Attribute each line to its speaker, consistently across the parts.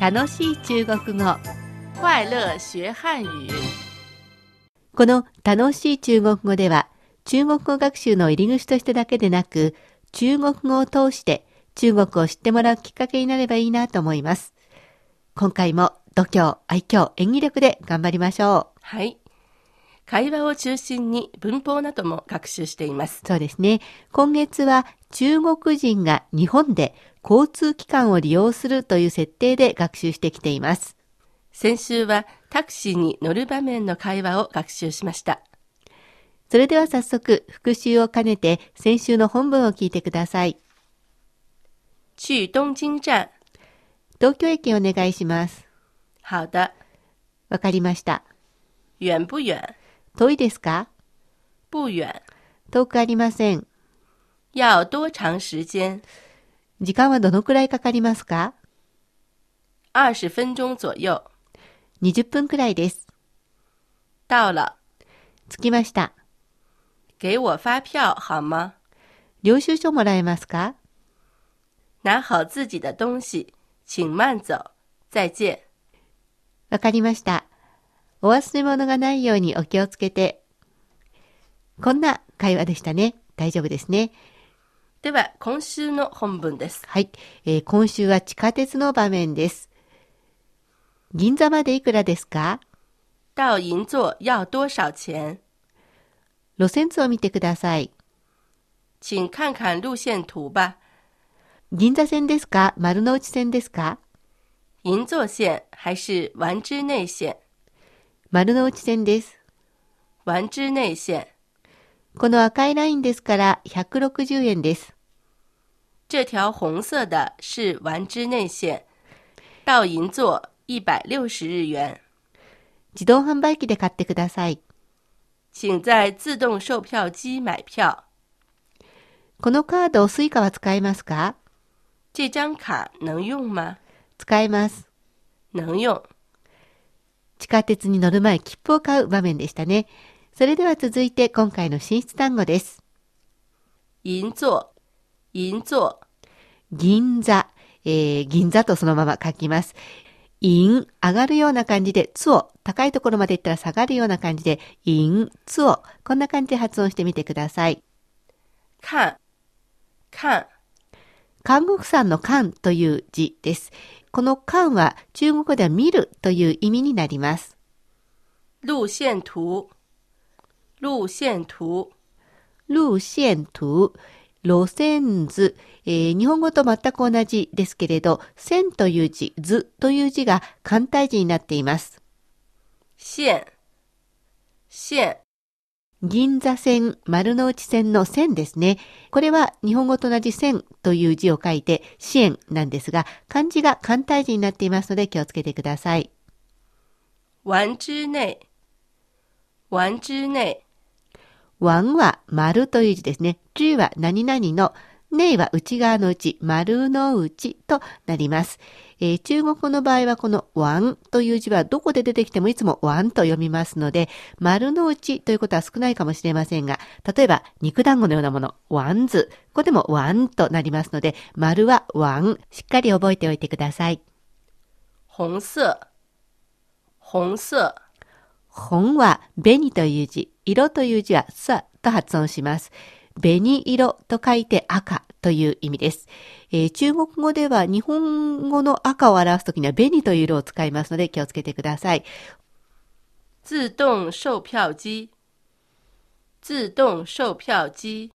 Speaker 1: 楽しい中国語
Speaker 2: 快乐学汉语。
Speaker 1: この楽しい中国語では中国語学習の入り口としてだけでなく中国語を通して中国を知ってもらうきっかけになればいいなと思います。今回も度胸、愛嬌、演技力で頑張りましょ
Speaker 2: はい。会話を中心に文法なども学習しています。
Speaker 1: う。そうですね。今月は中国人が日本で交通機関を利用するという設定で学習してきています。
Speaker 2: 先週はタクシーに乗る場面の会話を学習しました。
Speaker 1: それでは早速復習を兼ねて先週の本文を聞いてください。
Speaker 2: 去东京站。
Speaker 1: 東京駅お願いします。
Speaker 2: 好的。
Speaker 1: わかりました。
Speaker 2: 远不远？
Speaker 1: 遠いですか
Speaker 2: 不远。
Speaker 1: 遠くありません。
Speaker 2: 要多长时间？
Speaker 1: 時間はどのくらいかかりますか
Speaker 2: 二十分钟左右。
Speaker 1: ?20 分くらいです。
Speaker 2: 到了，
Speaker 1: 着きました。
Speaker 2: 给我发票好吗？
Speaker 1: 領収書もらえますか
Speaker 2: 拿好自己的东西，请慢走。再见。
Speaker 1: わかりました。お忘れ物がないようにお気をつけて。こんな会話でしたね。大丈夫ですね。
Speaker 2: では、今週の本文です。
Speaker 1: はい、えー今週は地下鉄の場面です。銀座までいくらですか
Speaker 2: 到银座要多少钱？
Speaker 1: 路線図を見てください。
Speaker 2: 请看看路线图吧。
Speaker 1: 銀座線ですか丸の内線ですか
Speaker 2: 银座线还是丸之内线？
Speaker 1: 丸の内線です。
Speaker 2: 丸之内线，
Speaker 1: この赤いラインですから160円です。
Speaker 2: 这条红色的是丸之内线，到银座一百六十日元。
Speaker 1: 自動販売機で買ってください。
Speaker 2: 请在自动售票机买票。
Speaker 1: このカードをスイカは使えますか
Speaker 2: 这张卡能用吗？
Speaker 1: 使えます。
Speaker 2: 能用。
Speaker 1: 地下鉄に乗る前、切符を買う場面でしたね。それでは続いて今回の進出単語です。
Speaker 2: 银座，银座，
Speaker 1: 銀座、えー銀座とそのまま書きます。イン、上がるような感じで、つを、高いところまで行ったら下がるような感じで、イン、つを、こんな感じで発音してみてください。
Speaker 2: 看，看，
Speaker 1: 韓国産の韓という字です。この韓は中国語では見るという意味になります。
Speaker 2: 路线图，路线图，
Speaker 1: 路線図、路線図、えー日本語と全く同じですけれど、線という字、図という字が簡体字になっています。
Speaker 2: 线，线，
Speaker 1: 銀座線、丸の内線の線ですね。これは日本語と同じ線という字を書いて支援なんですが、漢字が簡体字になっていますので気をつけてください。
Speaker 2: 丸之内，丸之内，
Speaker 1: ワンは丸という字ですね。中は何々の、ネイは内側の内、丸の内となります。えー中国語の場合はこのワンという字はどこで出てきてもいつもワンと読みますので、丸の内ということは少ないかもしれませんが、例えば肉団子のようなもの、ワンズ、ここでもワンとなりますので、丸はワン、しっかり覚えておいてください。
Speaker 2: 红色，红色，
Speaker 1: 本は紅という字、色という字はさと発音します。紅色と書いて赤という意味です、えー中国語では日本語の赤を表すときには紅という色を使いますので気をつけてください。
Speaker 2: 自动售票机，自动售票机，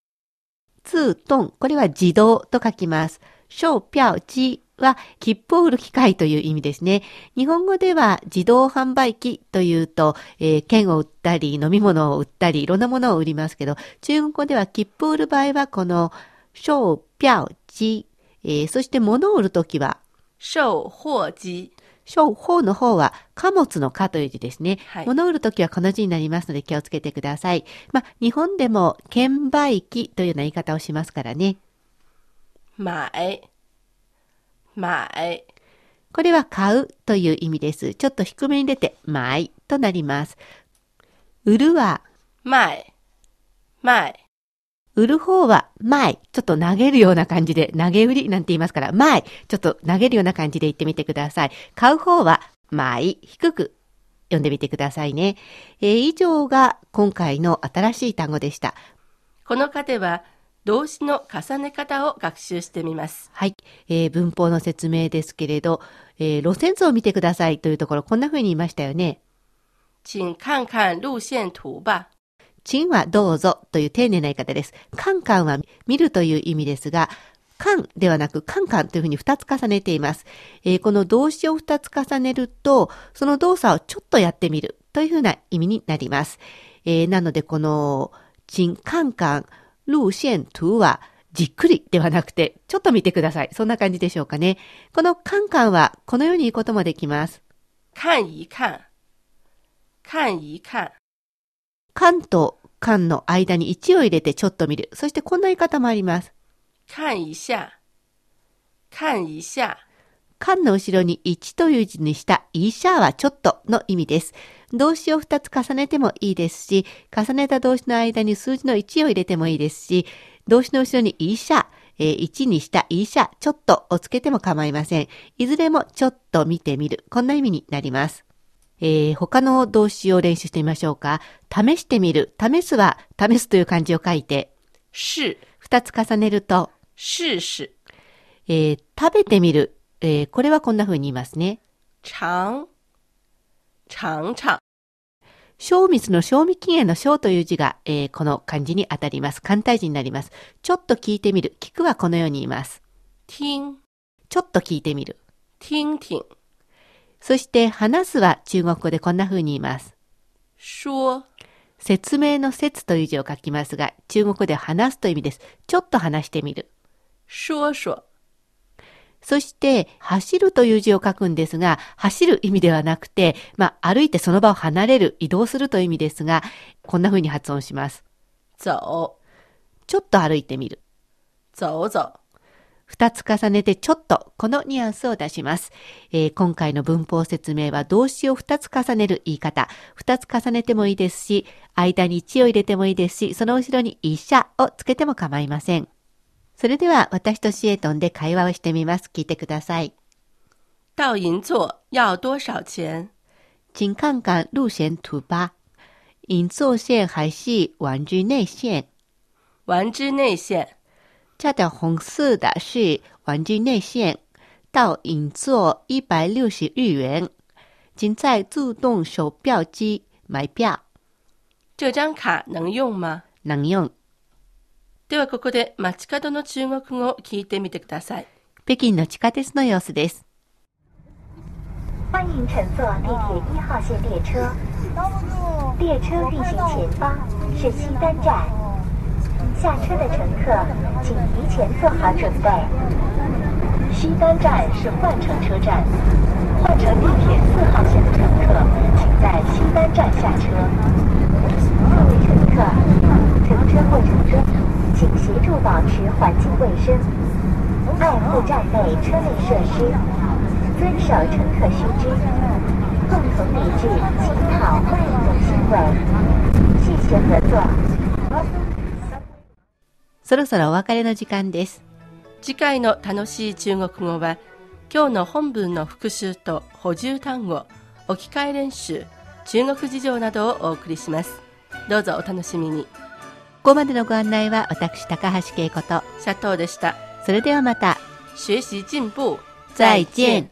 Speaker 1: 通トン、これは自動と書きます。小票機は切符を売る機械という意味ですね。日本語では自動販売機というと、えー券を売ったり、飲み物を売ったり、いろんなものを売りますけど、中国語では切符を売る場合は、この小票機、えーそして物を売るときは、
Speaker 2: 售货机，
Speaker 1: 小方の方は貨物の貨という字ですね。
Speaker 2: はい
Speaker 1: 物を売るときはこの字になりますので気をつけてください。まあ、日本でも券売機というような言い方をしますからね。
Speaker 2: 买，买，
Speaker 1: これは買うという意味です。ちょっと低めに出て、買いとなります。売るは、
Speaker 2: 卖，卖，
Speaker 1: 売売る方は前、ちょっと投げるような感じで、投げ売りなんて言いますから、前、ちょっと投げるような感じで言ってみてください。買う方は、前、低く読んでみてくださいね。えー以上が今回の新しい単語でした。
Speaker 2: この課では動詞の重ね方を学習してみます。
Speaker 1: はい、えー文法の説明ですけれど、えー路線図を見てくださいというところ、こんな風に言いましたよね。
Speaker 2: 请看看路线图吧。
Speaker 1: チンはどうぞという丁寧な言い方です。カンカンは見るという意味ですが、カンではなくカンカンというふうに2つ重ねています。えーこの動詞を2つ重ねると、その動作をちょっとやってみるというふうな意味になります。えーなのでこのチンカンカン、路線图はじっくりではなくて、ちょっと見てください。そんな感じでしょうかね。このカンカンはこのように言うこともできます。
Speaker 2: 看一看，看一看，
Speaker 1: カンとカンの間に1を入れてちょっと見る。そしてこんな言い方もあります。
Speaker 2: 看一下，看一下，
Speaker 1: 缶の後ろに1という字にしたイシャーはちょっとの意味です。動詞を2つ重ねてもいいですし、重ねた動詞の間に数字の1を入れてもいいですし、動詞の後ろにイシャー、えー1にしたイシャー、ちょっとをつけても構いません。いずれもちょっと見てみる。こんな意味になります。えー他の動詞を練習してみましょうか。試してみる。試すは、試すという漢字を書いて、
Speaker 2: 试
Speaker 1: 2つ重ねると、
Speaker 2: 试试，
Speaker 1: えー食べてみる。えーこれはこんな風に言いますね。
Speaker 2: 尝，尝尝，
Speaker 1: 賞味の賞味期限の賞という字が、えーこの漢字に当たります。簡体字になります。ちょっと聞いてみる。聞くはこのように言います。
Speaker 2: 听
Speaker 1: ちょっと聞いてみる。
Speaker 2: 听听，
Speaker 1: そして話すは中国語でこんな風に言います。
Speaker 2: 说
Speaker 1: 説明の説という字を書きますが、中国語で話すという意味です。ちょっと話してみる。
Speaker 2: 说说，
Speaker 1: そして、走るという字を書くんですが、走る意味ではなくて、まあ、歩いてその場を離れる、移動するという意味ですが、こんな風に発音します。
Speaker 2: 走
Speaker 1: ちょっと歩いてみる。
Speaker 2: 走走，
Speaker 1: 二つ重ねてちょっと、このニュアンスを出します。えー今回の文法説明は動詞を二つ重ねる言い方。二つ重ねてもいいですし、間に1を入れてもいいですし、その後ろに医者をつけても構いません。それでは私とシエトンで会話をしてみます。聞いてください。
Speaker 2: 到银座要多少钱？
Speaker 1: 请看看路线图吧。银座线还是玩具内线？
Speaker 2: 丸之内线，
Speaker 1: 这条红色的是玩具内线，到银座一百六十日元，仅在自动售票机买票
Speaker 2: 这张卡能用吗？
Speaker 1: 能用。
Speaker 2: ではここで街角の中国語を聞いてみてください。
Speaker 1: 北京の地下鉄の様子です。
Speaker 3: 欢迎乘坐地铁一号线列车，列车运行前方是西单站，下车的乘客请提前做好准备。西单站是换乘车站，换乘地铁四号线的乘客请在西单站下车。各位乘客，乘车后乘车，请协助保持环境卫生，爱护站内车内设施。遵守乘客须知，共同抵制乞讨卖艺等行为。谢谢合作。
Speaker 1: そろそろお別れの時間です。
Speaker 2: 次回の楽しい中国語は、今日の本文の復習と補充単語、置き換え練習、中国事情などをお送りします。どうぞお楽しみに。
Speaker 1: ここまでのご案内は私高橋恵子と、
Speaker 2: シャトーでした。
Speaker 1: それではまた。
Speaker 2: 学習進步。
Speaker 1: 再见